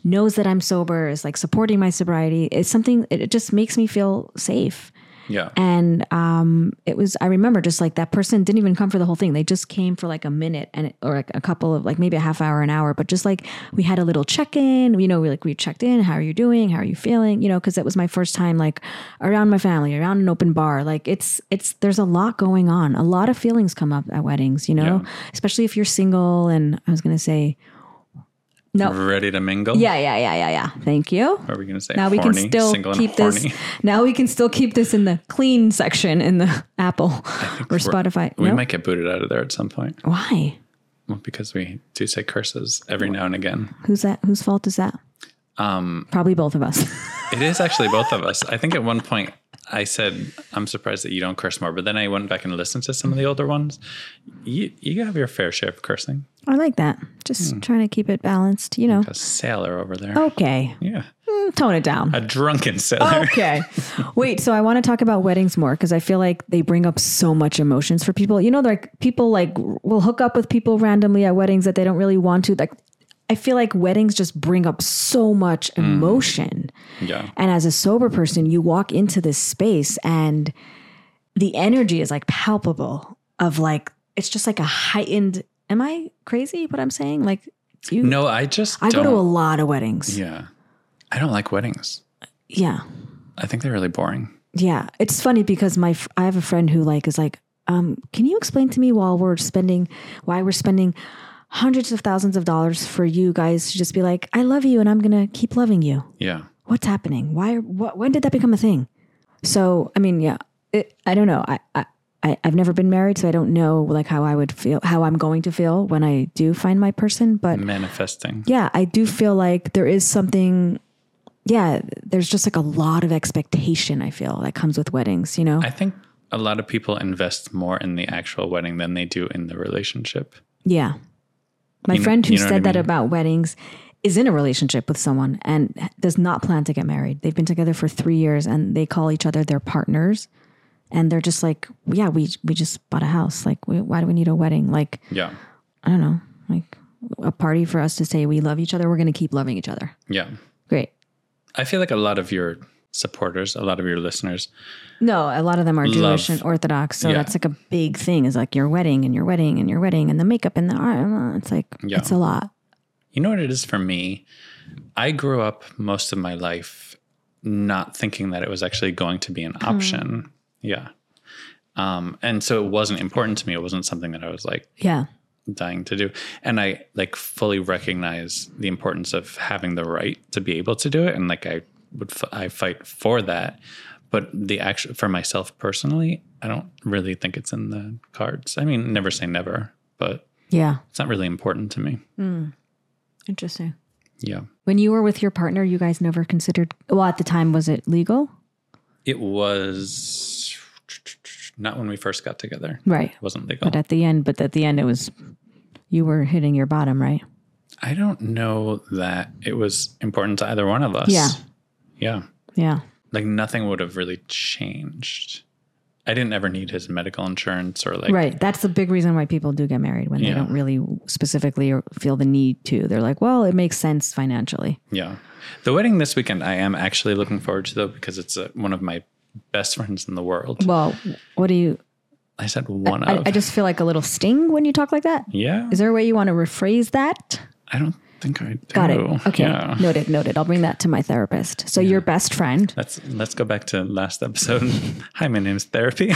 S1: knows that I'm sober is like supporting my sobriety. It's something. It it just makes me feel safe.
S2: Yeah.
S1: And um, it was, I remember just like that person didn't even come for the whole thing. They just came for like a minute and it, or like a couple of like maybe a half hour, an hour, but just like we had a little check in, you know, we like we checked in. How are you doing? How are you feeling? You know, cause that was my first time like around my family, around an open bar. Like it's, it's, there's a lot going on. A lot of feelings come up at weddings, you know, especially if you're single. And I was going to say, no.
S2: Ready to mingle?
S1: yeah, yeah, yeah, yeah, yeah. Thank you
S2: What are we going to say?
S1: now we can
S2: Horny,
S1: still
S2: single and
S1: keep this
S2: horny?
S1: now we can still keep this in the clean section in the apple or spotify
S2: We
S1: no?
S2: might get booted out of there at some point
S1: why
S2: well, because we do say curses every now and again.
S1: who's that whose fault is that um probably both of us
S2: It is actually both of us. I think at one point I said, I'm surprised that you don't curse more. But then I went back and listened to some of the older ones. You, you have your fair share of cursing.
S1: i like that just
S2: Hmm.
S1: trying to keep it balanced you know
S2: A sailor over there.
S1: Oh. okay
S2: Yeah.
S1: Mm, tone it down
S2: A drunken sailor.
S1: okay wait so i want to talk about weddings more because i feel like they bring up so much emotions for people you know they're like people like will hook up with people randomly at weddings that they don't really want to like i feel like weddings just bring up so much
S2: Hmm.
S1: emotion
S2: Yeah.
S1: And as a sober person, you walk into this space and the energy is like palpable of like it's just like a heightened am I crazy what I'm saying? Like do you
S2: No, I just
S1: I go
S2: don't.
S1: to a lot of weddings. Yeah.
S2: yeah. I don't like weddings.
S1: yeah.
S2: I think they're really boring.
S1: It's funny because my f- I have a friend who like is like um, can you explain to me while we're spending, why we're spending hundreds of thousands of dollars for you guys to just be like, I love you and I'm going to keep loving you?
S2: Yeah.
S1: What's happening? Why, what, when did that become a thing? So, I mean, yeah, it, I don't know. I, I, I, I've never been married, so I don't know like how I would feel, how I'm going to feel when I do find my person. But
S2: Manifesting.
S1: yeah, I do feel like there is something. Yeah, there's just like a lot of expectation. I feel that comes with weddings. You know,
S2: I think a lot of people invest more in the actual wedding than they do in the relationship.
S1: yeah. My
S2: You-
S1: friend who
S2: you know what
S1: said
S2: I
S1: that
S2: mean?
S1: about weddings is in a relationship with someone and does not plan to get married. They've been together for three years and they call each other their partners, and they're just like, yeah, we we just bought a house. Like, we, why do we need a wedding? Like,
S2: Yeah.
S1: I don't know, like a party for us to say we love each other. We're gonna keep loving each other.
S2: Yeah.
S1: Great.
S2: I feel like a lot of your supporters, a lot of your listeners,
S1: No, a lot of them are Jewish
S2: Love.
S1: and Orthodox, so
S2: Yeah.
S1: that's like a big thing. Is like your wedding and your wedding and your wedding and the makeup and the art. It's like
S2: Yeah.
S1: it's a lot.
S2: you know what it is for me? I grew up most of my life not thinking that it was actually going to be an option. Yeah. Um, and so it wasn't important to me. It wasn't something that I was like
S1: Yeah,
S2: dying to do. And I like fully recognize the importance of having the right to be able to do it. And like I would, f- I fight for that. But the actual, for myself personally, I don't really think it's in the cards. I mean, never say never, but
S1: yeah,
S2: it's not really important to me.
S1: interesting.
S2: Yeah.
S1: When you were with your partner, you guys never considered. Well, at the time, was it legal?
S2: It was not when we first got together.
S1: Right.
S2: It wasn't legal.
S1: But at the end, but at the end, it was you were hitting your bottom, right?
S2: I don't know that it was important to either one of us.
S1: Yeah.
S2: Yeah.
S1: Yeah.
S2: Like nothing would have really changed. I didn't ever need his medical insurance or like,
S1: Right. That's the big reason why people do get married when they
S2: Yeah.
S1: don't really specifically feel the need to. They're like, well, it makes sense financially.
S2: yeah. The wedding this weekend, I am actually looking forward to though, because it's uh one of my best friends in the world.
S1: Well, what do you?
S2: I said one
S1: I,
S2: of.
S1: I just feel like a little sting when you talk like that.
S2: yeah.
S1: Is there a way you want to rephrase that?
S2: I don't think I do.
S1: Got it. Okay.
S2: Yeah.
S1: Noted, noted. I'll bring that to my therapist. So your best friend.
S2: Let's let's go back to last episode. Hi, my name's Therapy.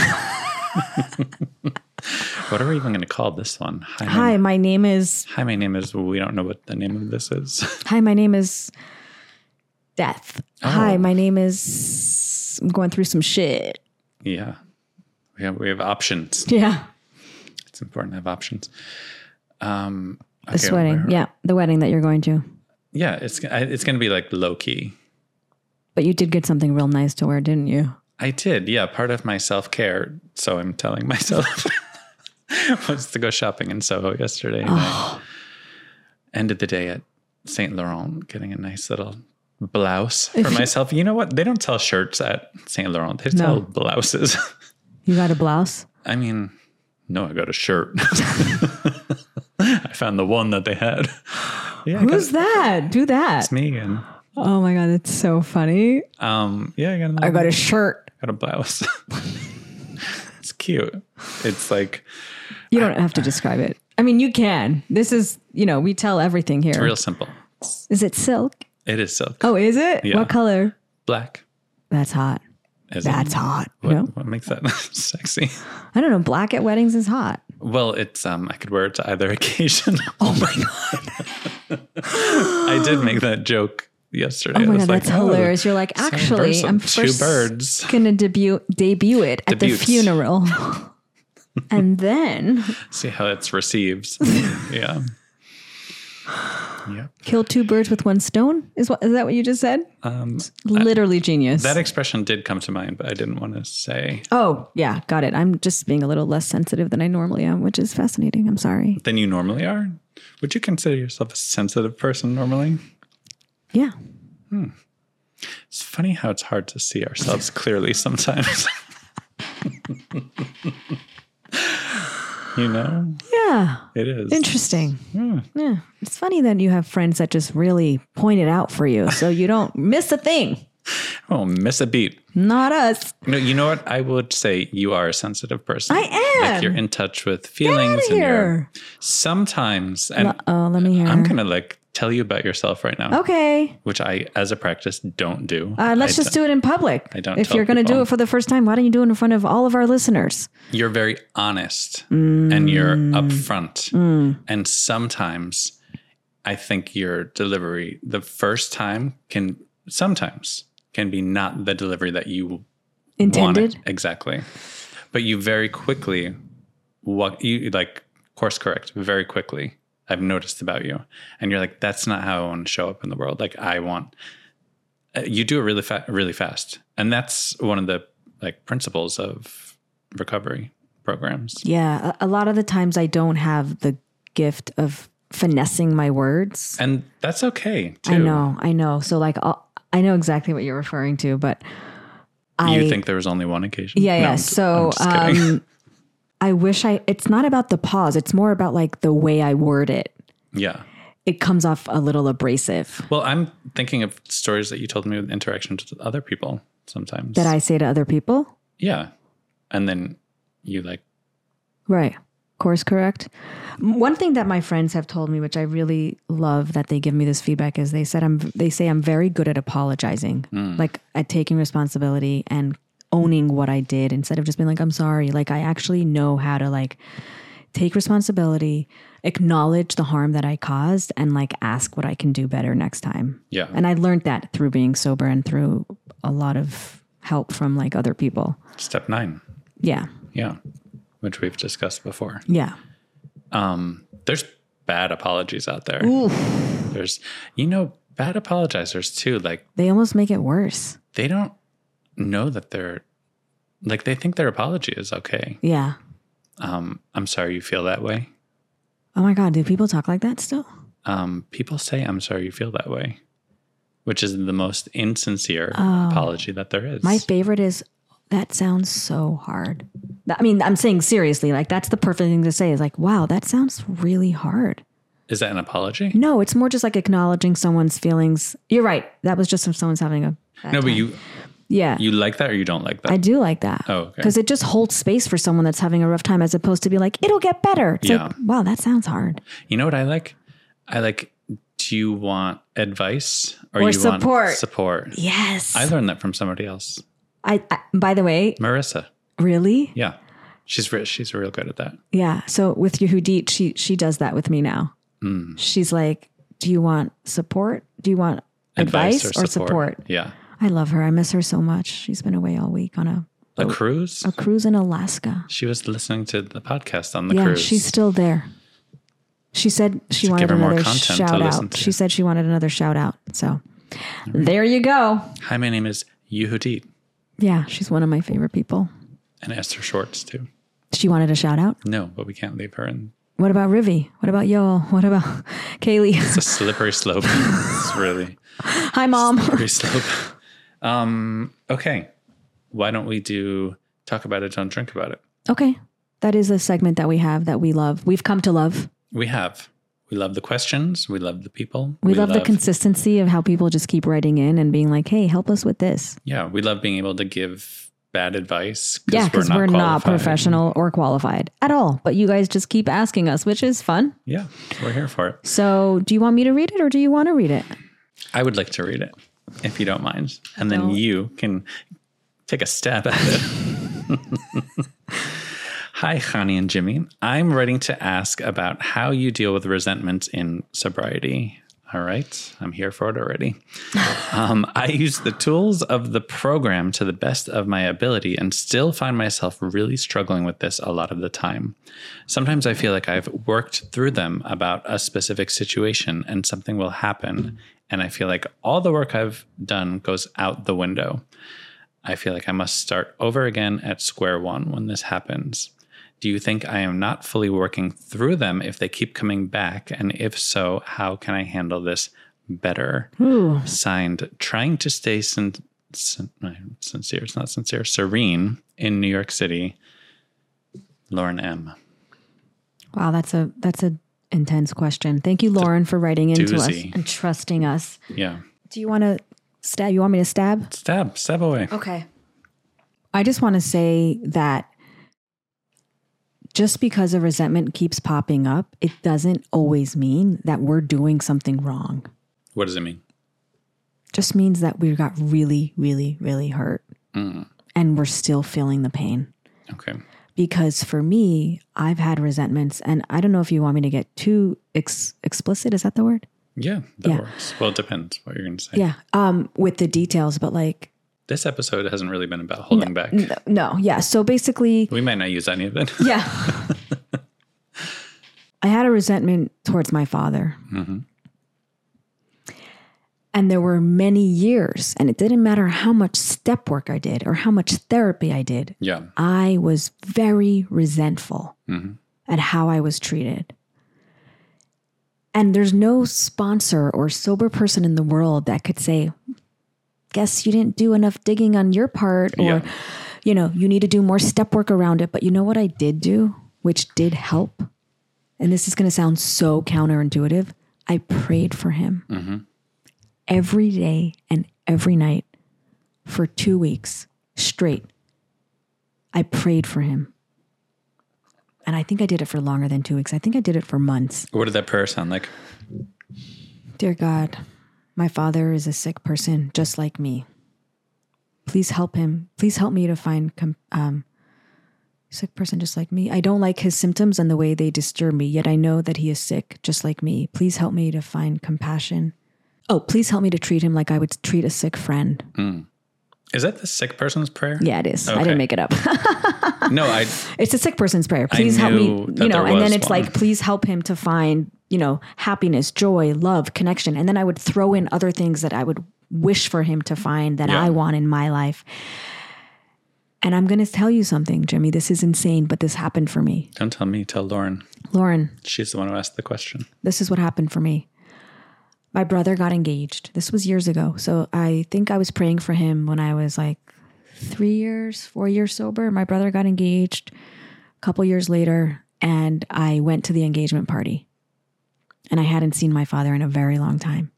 S2: what are we even going to call this one? Hi, My,
S1: Hi, my name is
S2: hi, my name is. We don't know what the name of this is.
S1: Hi, my name is Death.
S2: Oh.
S1: Hi, my name is I'm going through some shit.
S2: yeah, we have we have options.
S1: Yeah.
S2: It's important to have options. Um,
S1: The
S2: okay,
S1: wedding.
S2: where-
S1: Yeah. The wedding that you're going to.
S2: yeah. It's I- it's going to be like low key.
S1: But you did get something real nice to wear, didn't you?
S2: I did, yeah. Part of my self care, so I'm telling myself, was to go shopping in Soho yesterday. and
S1: Oh.
S2: I ended the day at Saint Laurent, getting a nice little blouse for myself. You know what? They don't sell shirts at Saint Laurent; they sell blouses.
S1: You got a blouse?
S2: I mean, no, I got a shirt. I found the one that they had. Yeah, I got
S1: Who's that? Do that.
S2: it's me and
S1: Oh my god, that's so funny.
S2: um, yeah, I got another
S1: I got a shirt.
S2: got a blouse. it's cute. It's like.
S1: You don't have to describe it. I mean, you can. This is, you know, we tell everything here.
S2: Real simple.
S1: Is it silk?
S2: It is silk.
S1: Oh, is it?
S2: Yeah.
S1: What color?
S2: Black.
S1: That's hot.
S2: Is it?
S1: That's hot.
S2: What,
S1: No,
S2: what makes that sexy?
S1: I don't know. Black at weddings is hot.
S2: Well, it's um I could wear it to either occasion. Oh my god. I did make that joke yesterday.
S1: Oh
S2: I
S1: my
S2: was
S1: god, that's
S2: like, oh,
S1: hilarious! You're like,
S2: same
S1: actually,
S2: person,
S1: I'm
S2: two
S1: first
S2: birds.
S1: gonna debut debut it at the
S2: Debutes.
S1: funeral, and then
S2: "Oh, See how it's received. yeah. Yep.
S1: kill two birds with one stone. Is what is that? What you just said?
S2: Um
S1: Literally genius.
S2: that expression did come to mind, but I didn't want to say.
S1: oh yeah, got it. I'm just being a little less sensitive than I normally am, which is fascinating. I'm sorry.
S2: Than you normally are. Would you consider yourself a sensitive person normally?
S1: Yeah,
S2: It's funny how it's hard to see ourselves clearly sometimes. you know,
S1: yeah.
S2: it is.
S1: Interesting.
S2: Hmm.
S1: Yeah, it's funny that you have friends that just really point it out for you, so you don't miss a thing.
S2: Oh, miss a beat.
S1: Not us.
S2: You know, you know what? I would say you are a sensitive person.
S1: I am.
S2: Like you're in touch with feelings.
S1: Outta
S2: and you're
S1: here.
S2: sometimes, and
S1: Oh, let me hear.
S2: I'm gonna like tell you about yourself right now,
S1: Okay.
S2: which I, as a practice, don't do.
S1: Uh, let's
S2: I
S1: just do it in public.
S2: I don't
S1: If
S2: tell
S1: you're going to do
S2: people.
S1: it for the first time, why don't you do it in front of all of our listeners?
S2: you're very honest
S1: Mm.
S2: and you're upfront. And sometimes I think your delivery the first time can sometimes can be not the delivery that you want
S1: Intended.
S2: it. Exactly. But you very quickly what you like course correct very quickly. I've noticed about you. And you're like, that's not how I want to show up in the world. Like I want uh, you do it really fast really fast. And that's one of the like principles of recovery programs.
S1: Yeah. A, a lot of the times I don't have the gift of finessing my words.
S2: And that's okay too.
S1: I know. I know. So, like, i I know exactly what you're referring to, but I.
S2: You think there was only one occasion?
S1: Yeah,
S2: No,
S1: yeah.
S2: I'm just-
S1: so
S2: I'm just kidding.
S1: um, I wish I it's not about the pause, it's more about like the way I word it.
S2: yeah.
S1: It comes off a little abrasive
S2: Well, I'm thinking of stories that you told me with interactions with other people sometimes.
S1: that I say to other people.
S2: Yeah. And then you like,
S1: Right. Course correct. M- One thing that my friends have told me, which I really love that they give me this feedback, is they said I'm they say I'm very good at apologizing. Like at taking responsibility and owning what I did instead of just being like, I'm sorry. Like I actually know how to like take responsibility, acknowledge the harm that I caused, and like ask what I can do better next time.
S2: yeah.
S1: And I learned that through being sober and through a lot of help from like other people.
S2: Step nine.
S1: Yeah.
S2: Yeah. Which we've discussed before.
S1: Yeah.
S2: Um, there's bad apologies out there. There's, you know, bad apologizers too. Like
S1: They almost make it worse.
S2: they don't know that they're, like they think their apology is okay.
S1: Yeah.
S2: Um, I'm sorry you feel that way.
S1: Oh my God, do people talk like that still?
S2: um, people say, I'm sorry you feel that way, which is the most insincere apology that there is.
S1: Oh. My favorite is that sounds so hard. That- I mean, I'm saying seriously, like that's the perfect thing to say is like, wow, that sounds really hard.
S2: is that an apology?
S1: No, it's more just like acknowledging someone's feelings. You're right. That was just if someone's having a bad
S2: No, but
S1: time.
S2: you
S1: yeah,
S2: you like that or you don't like that?
S1: I do like that.
S2: Oh, okay.
S1: Because it just holds space for someone that's having a rough time as opposed to be like, it'll get better. It's
S2: Yeah.
S1: like, wow, that sounds hard.
S2: you know what I like? I like, do you want advice or,
S1: Or
S2: you
S1: support.
S2: want support?
S1: Yes.
S2: I
S1: I,
S2: learned that from somebody else.
S1: I, by the way,
S2: Marissa.
S1: really?
S2: Yeah. She's re- she's real good at that.
S1: Yeah. So with Yehudit, she she does that with me now.
S2: Mm.
S1: She's like, "Do you want support? Do you want advice, or, support?
S2: Yeah.
S1: I love her. I miss her so much. She's been away all week on a,
S2: A cruise?
S1: a cruise in Alaska.
S2: She was listening to the podcast on the
S1: yeah,
S2: cruise.
S1: she's still there. She said she wanted
S2: give her more
S1: another
S2: content to
S1: shout
S2: listen
S1: out.
S2: to.
S1: She said she wanted another shout out. So there you go.
S2: Hi, my name is Yehudit
S1: Yeah, she's one of my favorite people.
S2: and Esther Schwartz too.
S1: She wanted a shout out.
S2: No, but we can't leave her in
S1: What about Rivi? What about Yoel? What about Kaylee?
S2: It's a slippery slope. it's really
S1: Hi, mom.
S2: slippery slope. Um, okay. Why don't we do talk about it, don't drink about it?
S1: Okay. That is a segment that we have that we love. We've come to love.
S2: We have. We love the questions. We love the people.
S1: We, love, the consistency of how people just keep writing in and being like, hey, help us with this.
S2: yeah. We love being able to give bad advice.
S1: Yeah, because we're, not
S2: qualified.
S1: professional or qualified at all. But you guys just keep asking us, which is fun.
S2: Yeah, we're here for it.
S1: So do you want me to read it or do you want to read it?
S2: I would like to read it, if you don't mind, and then
S1: don't.
S2: you can take a stab at it. Hi, Hani and Jimmy. I'm writing to ask about how you deal with resentment in sobriety. All right, I'm here for it already. Um, I use the tools of the program to the best of my ability and still find myself really struggling with this a lot of the time. Sometimes I feel like I've worked through them about a specific situation and something will happen. And I feel like all the work I've done goes out the window. I feel like I must start over again at square one when this happens. Do you think I am not fully working through them if they keep coming back? And if so, how can I handle this better?
S1: Ooh.
S2: Signed, trying to stay sin- sin- sincere, it's not sincere, serene in New York City, Lauren M.
S1: Wow, that's a that's a intense question. Thank you, Lauren, for writing into us
S2: doozy.
S1: and trusting us.
S2: Yeah.
S1: Do you want to stab? You want me to stab?
S2: Stab, stab away.
S1: Okay. I just want to say that just because a resentment keeps popping up, it doesn't always mean that we're doing something wrong.
S2: What does it mean?
S1: Just means that we got really, really, really hurt and we're still feeling the pain.
S2: Okay.
S1: Because for me, I've had resentments, and I don't know if you want me to get too ex- explicit. Is that the word?
S2: Yeah, that
S1: Yeah.
S2: works. Well, it depends what you're going to say.
S1: Yeah. Um, with the details, but like,
S2: This episode hasn't really been about holding back.
S1: n- no, yeah. So basically,
S2: We might not use any of it.
S1: Yeah. I had a resentment towards my father. And there were many years, and it didn't matter how much step work I did or how much therapy I did,
S2: yeah.
S1: I was very resentful
S2: Mhm.
S1: at how I was treated. And there's no sponsor or sober person in the world that could say, Guess you didn't do enough digging on your part, or,
S2: Yeah.
S1: you know, you need to do more step work around it. But you know what I did do, which did help? And this is going to sound so counterintuitive. I prayed for him every day and every night for two weeks straight. I prayed for him. And I think I did it for longer than two weeks. I think I did it for months.
S2: What did that prayer sound like?
S1: Dear God, my father is a sick person just like me. Please help him. Please help me to find com- um, sick person just like me. I don't like his symptoms and the way they disturb me, yet I know that he is sick just like me. Please help me to find compassion. Oh, please help me to treat him like I would treat a sick friend.
S2: Is that the sick person's prayer?
S1: Yeah, it is. I
S2: Okay.
S1: didn't make it up.
S2: No, I.
S1: it's a sick person's prayer. Please help
S2: knew
S1: me.
S2: that
S1: You know,
S2: there
S1: and then
S2: was
S1: it's
S2: one.
S1: like, please help him to find, you know, happiness, joy, love, connection. And then I would throw in other things that I would wish for him to find that
S2: Yeah.
S1: I want in my life. And I'm going to tell you something, Jimmy. This is insane, but this happened for me.
S2: Don't tell me. Tell Lauren.
S1: Lauren,
S2: She's the one who asked the question.
S1: this is what happened for me. My brother got engaged. This was years ago. So I think I was praying for him when I was like three years, four years sober. My brother got engaged a couple years later, and I went to the engagement party. And I hadn't seen my father in a very long time.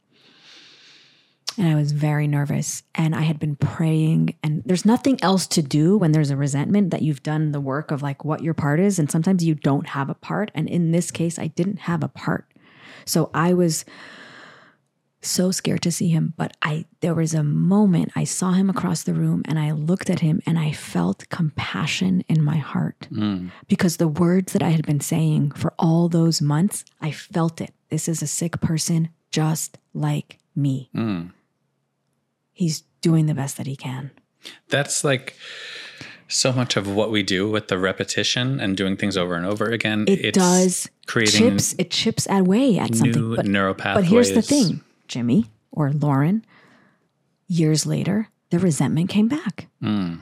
S1: And I was very nervous. And I had been praying. And there's nothing else to do when there's a resentment that you've done the work of like what your part is. And sometimes you don't have a part. And in this case, I didn't have a part. So I was so scared to see him, but I there was a moment I saw him across the room and I looked at him and I felt compassion in my heart
S2: Mm.
S1: because the words that I had been saying for all those months, I felt it. This is a sick person just like me.
S2: Mm.
S1: He's doing the best that he can.
S2: That's like so much of what we do with the repetition and doing things over and over again.
S1: It does
S2: creating
S1: chips it chips away at something.
S2: new
S1: But
S2: neural
S1: But
S2: pathways.
S1: here's the thing, Jimmy or Lauren, years later, the resentment came back. And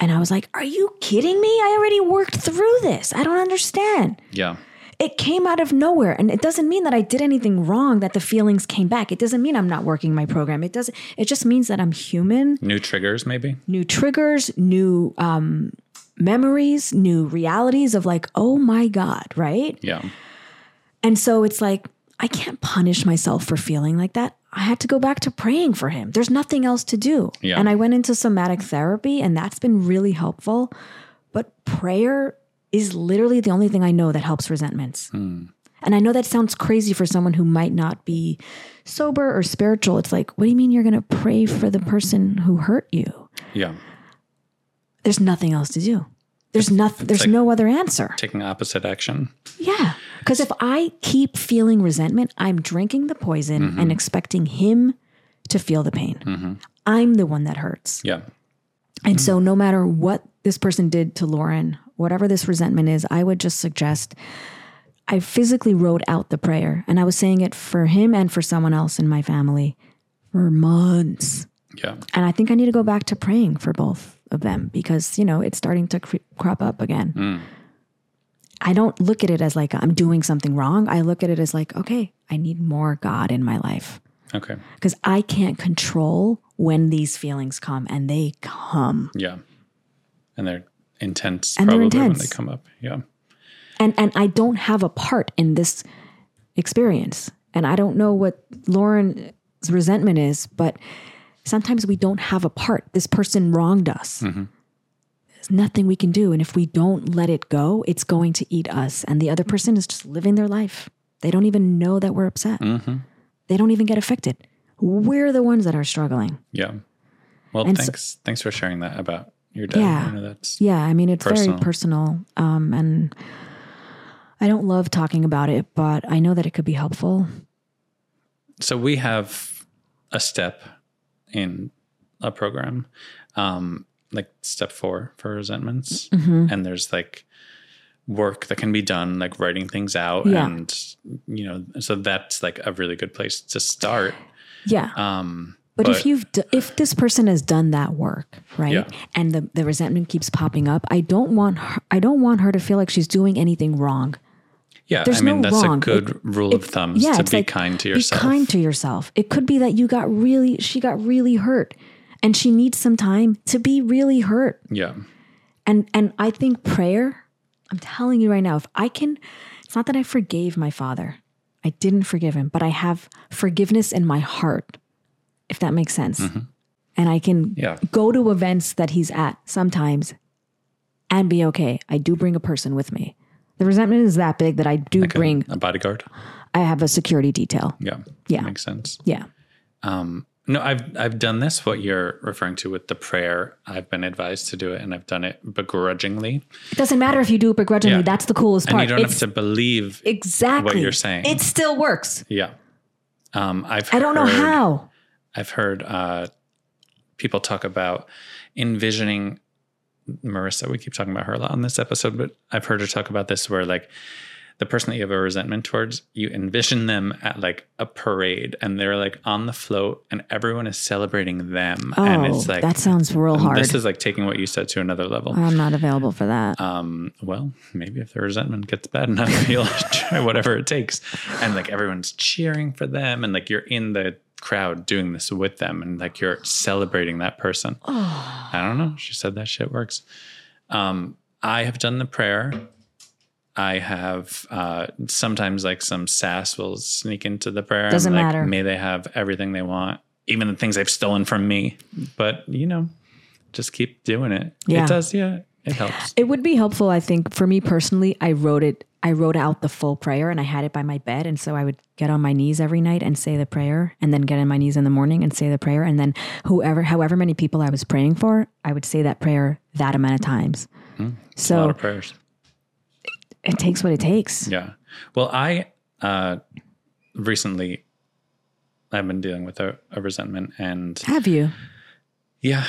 S1: I was like, Are you kidding me? I already worked through this. I don't understand.
S2: Yeah.
S1: It came out of nowhere. And it doesn't mean that I did anything wrong, that the feelings came back. It doesn't mean I'm not working my program. It doesn't, it just means that I'm human
S2: New triggers, maybe.
S1: new triggers, new um, memories, new realities of like, oh my God, right?
S2: Yeah.
S1: And so it's like, I can't punish myself for feeling like that. I had to go back to praying for him. There's nothing else to do.
S2: Yeah.
S1: And I went into somatic therapy, and that's been really helpful. But prayer is literally the only thing I know that helps resentments.
S2: Hmm.
S1: And I know that sounds crazy for someone who might not be sober or spiritual. It's like, what do you mean you're going to pray for the person who hurt you?
S2: Yeah.
S1: there's nothing else to do. There's nothing. There's
S2: like-
S1: no other answer.
S2: Taking opposite action.
S1: Yeah, because if I keep feeling resentment, I'm drinking the poison and expecting him to feel the pain. I'm the one that hurts.
S2: Yeah.
S1: And so, no matter what this person did to Lauren, whatever this resentment is, I would just suggest I physically wrote out the prayer, and I was saying it for him and for someone else in my family for months.
S2: Yeah.
S1: And I think I need to go back to praying for both of them because, you know, it's starting to cre- crop up again. I don't look at it as like I'm doing something wrong. I look at it as like, okay, I need more God in my life
S2: Okay.
S1: because I can't control when these feelings come and they come.
S2: Yeah. And they're intense
S1: And they're
S2: probably when
S1: intense.
S2: they come up. Yeah.
S1: And and I don't have a part in this experience. And I don't know what Lauren's resentment is, but sometimes we don't have a part. This person wronged us. there's nothing we can do. And if we don't let it go, it's going to eat us. And the other person is just living their life. They don't even know that we're upset.
S2: Mhm.
S1: They don't even get affected. We're the ones that are struggling.
S2: Yeah. Well,
S1: And so-
S2: thanks. thanks for sharing that about your dad.
S1: Yeah.
S2: You know, that's
S1: Yeah, I mean, it's
S2: Personal.
S1: very personal. Um, and I don't love talking about it, but I know that it could be helpful.
S2: so we have a step in a program, um, like step four for resentments,
S1: Mm-hmm.
S2: and there's like work that can be done, like writing things out,
S1: Yeah.
S2: and you know, so that's like a really good place to start.
S1: Yeah.
S2: Um,
S1: But, if you've d- if this person has done that work, right,
S2: Yeah.
S1: and the, the resentment keeps popping up, I don't want her, I don't want her to feel like she's doing anything wrong.
S2: yeah, I
S1: there's
S2: mean,
S1: no
S2: that's
S1: wrong.
S2: a good rule of
S1: It's-
S2: thumb is to
S1: it's
S2: be
S1: like,
S2: kind to
S1: be
S2: yourself.
S1: kind to yourself. It could be that you got really, she got really hurt, and she needs some time to be really hurt.
S2: yeah.
S1: And and I think prayer. I'm telling you right now, if I can, it's not that I forgave my father. I didn't forgive him, but I have forgiveness in my heart, if that makes sense. And I can
S2: Mm-hmm. Yeah.
S1: go to events that he's at sometimes and be okay. I do bring a person with me. The resentment is that big that I do
S2: Like a-
S1: bring,
S2: a bodyguard.
S1: I have a security detail.
S2: Yeah.
S1: Yeah.
S2: Makes sense.
S1: Yeah.
S2: Um, no, I've I've done this. What you're referring to with the prayer, I've been advised to do it, and I've done it begrudgingly.
S1: It doesn't matter if you do it begrudgingly.
S2: Yeah.
S1: That's the coolest
S2: And
S1: part.
S2: you don't
S1: It's-
S2: have to believe.
S1: exactly
S2: what you're saying.
S1: It still works.
S2: yeah, um, I've.
S1: I don't know
S2: heard-
S1: how.
S2: I've heard uh, people talk about envisioning Marissa. We keep talking about her a lot on this episode, but I've heard her talk about this where like the person that you have a resentment towards, you envision them at like a parade, and they're like on the float, and everyone is celebrating them,
S1: Oh,
S2: and it's like
S1: that sounds real hard.
S2: This is like taking what you said to another level.
S1: I'm not available for that.
S2: Um, well, maybe if the resentment gets bad enough, you'll try whatever it takes. And like everyone's cheering for them, and like you're in the crowd doing this with them, and like you're celebrating that person.
S1: Oh.
S2: I don't know. She said that shit works. Um, I have done the prayer. I have uh, sometimes like some sass will sneak into the prayer. I'm
S1: Doesn't
S2: like,
S1: matter.
S2: May they have everything they want, even the things they've stolen from me. But you know, just keep doing it.
S1: Yeah.
S2: It does. Yeah, it helps.
S1: It would be helpful, I think, for me personally. I wrote it. I wrote out the full prayer and I had it by my bed. And so I would get on my knees every night and say the prayer and then get on my knees in the morning and say the prayer. And then whoever, however many people I was praying for, I would say that prayer that amount of times.
S2: Hmm. a lot
S1: So
S2: of prayers.
S1: it takes what it takes.
S2: Yeah. Well, I uh, recently I've been dealing with a, a resentment, and
S1: Have you?
S2: yeah,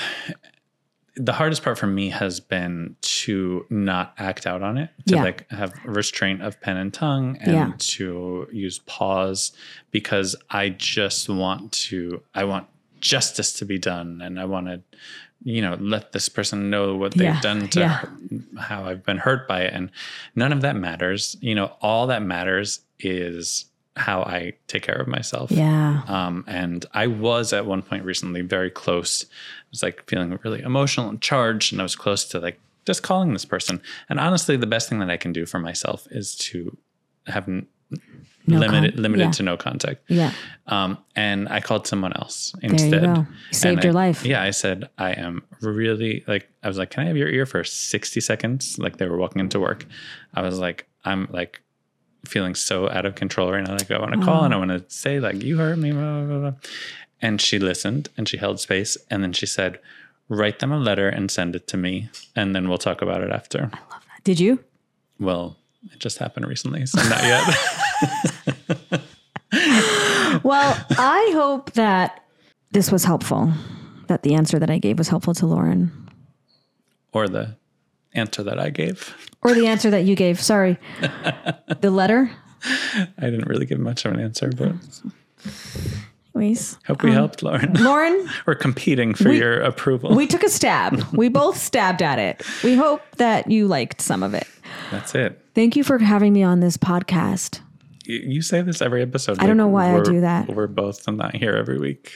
S2: the hardest part for me has been to not act out on it, to
S1: Yeah.
S2: like have restraint of pen and tongue, and
S1: Yeah.
S2: to use pause because I just want to. I want justice to be done, and I want to. You know, let this person know what they've
S1: Yeah.
S2: done to
S1: Yeah.
S2: how I've been hurt by it. And none of that matters. You know, all that matters is how I take care of myself.
S1: Yeah.
S2: Um, and I was at one point recently very close. I was like feeling really emotional and charged, and I was close to like just calling this person. And honestly, the best thing that I can do for myself is to have n-
S1: No
S2: limited
S1: con-
S2: limited
S1: yeah.
S2: to no contact.
S1: Yeah.
S2: Um, and I called someone else
S1: There
S2: instead.
S1: you go. You
S2: And
S1: saved
S2: I-
S1: your life.
S2: Yeah, I said I am really like I was like, can I have your ear for sixty seconds? Like they were walking into work, I was like, I'm like feeling so out of control right now. Like I want to call and I want to say like you hurt me. Blah, blah, blah, blah. And she listened and she held space and then she said, write them a letter and send it to me and then we'll talk about it after.
S1: Did you?
S2: Well, it just happened recently, so not yet.
S1: Well, I hope that this was helpful, that the answer that I gave was helpful to Lauren.
S2: or the answer that I gave.
S1: or the answer that you gave. Sorry, the letter.
S2: I didn't really give much of an answer, but
S1: Anyways,
S2: hope we helped Lauren.
S1: Lauren,
S2: We're competing for your approval.
S1: we took a stab. We both stabbed at it. We hope that you liked some of it.
S2: That's it.
S1: Thank you for having me on this podcast.
S2: You, you say this every episode. I
S1: don't know why I do that.
S2: We're both not here every week.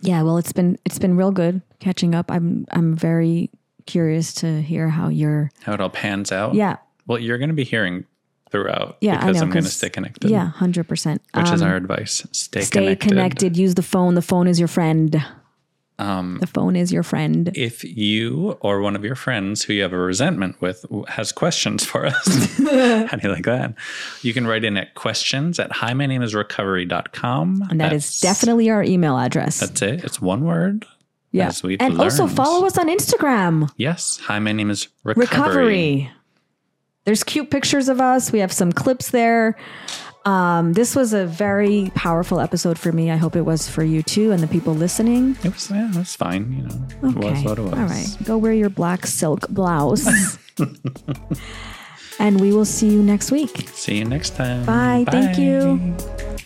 S1: Yeah, well, it's been it's been real good catching up. I'm I'm very curious to hear how you're.
S2: How it all pans out.
S1: Yeah,
S2: Well, you're going to be hearing throughout
S1: Yeah, I
S2: Oh, because
S1: know,
S2: I'm going to
S1: 'cause-
S2: stay connected.
S1: yeah, hundred percent.
S2: Which is our advice. Stay,
S1: Stay
S2: connected.
S1: connected. Use the phone. The phone is your friend.
S2: Um,
S1: The phone is your friend.
S2: if you or one of your friends who you have a resentment with has questions for us, how do you like that? You can write in at questions at hi, my name is recovery.com.
S1: And that
S2: that's,
S1: is definitely our email address.
S2: That's it. It's one word.
S1: yeah.
S2: as we've
S1: And also
S2: learned.
S1: follow us on Instagram.
S2: Yes. Hi, my name is
S1: Recovery. There's cute pictures of us. We have some clips there. Um, this was a very powerful episode for me. I hope it was for you too and the people listening.
S2: It was, yeah, it was fine. You know, it
S1: Okay.
S2: was what it was.
S1: All right. Go wear your black silk blouse. and we will see you next week.
S2: See you next time.
S1: Bye. Thank you.
S2: Bye.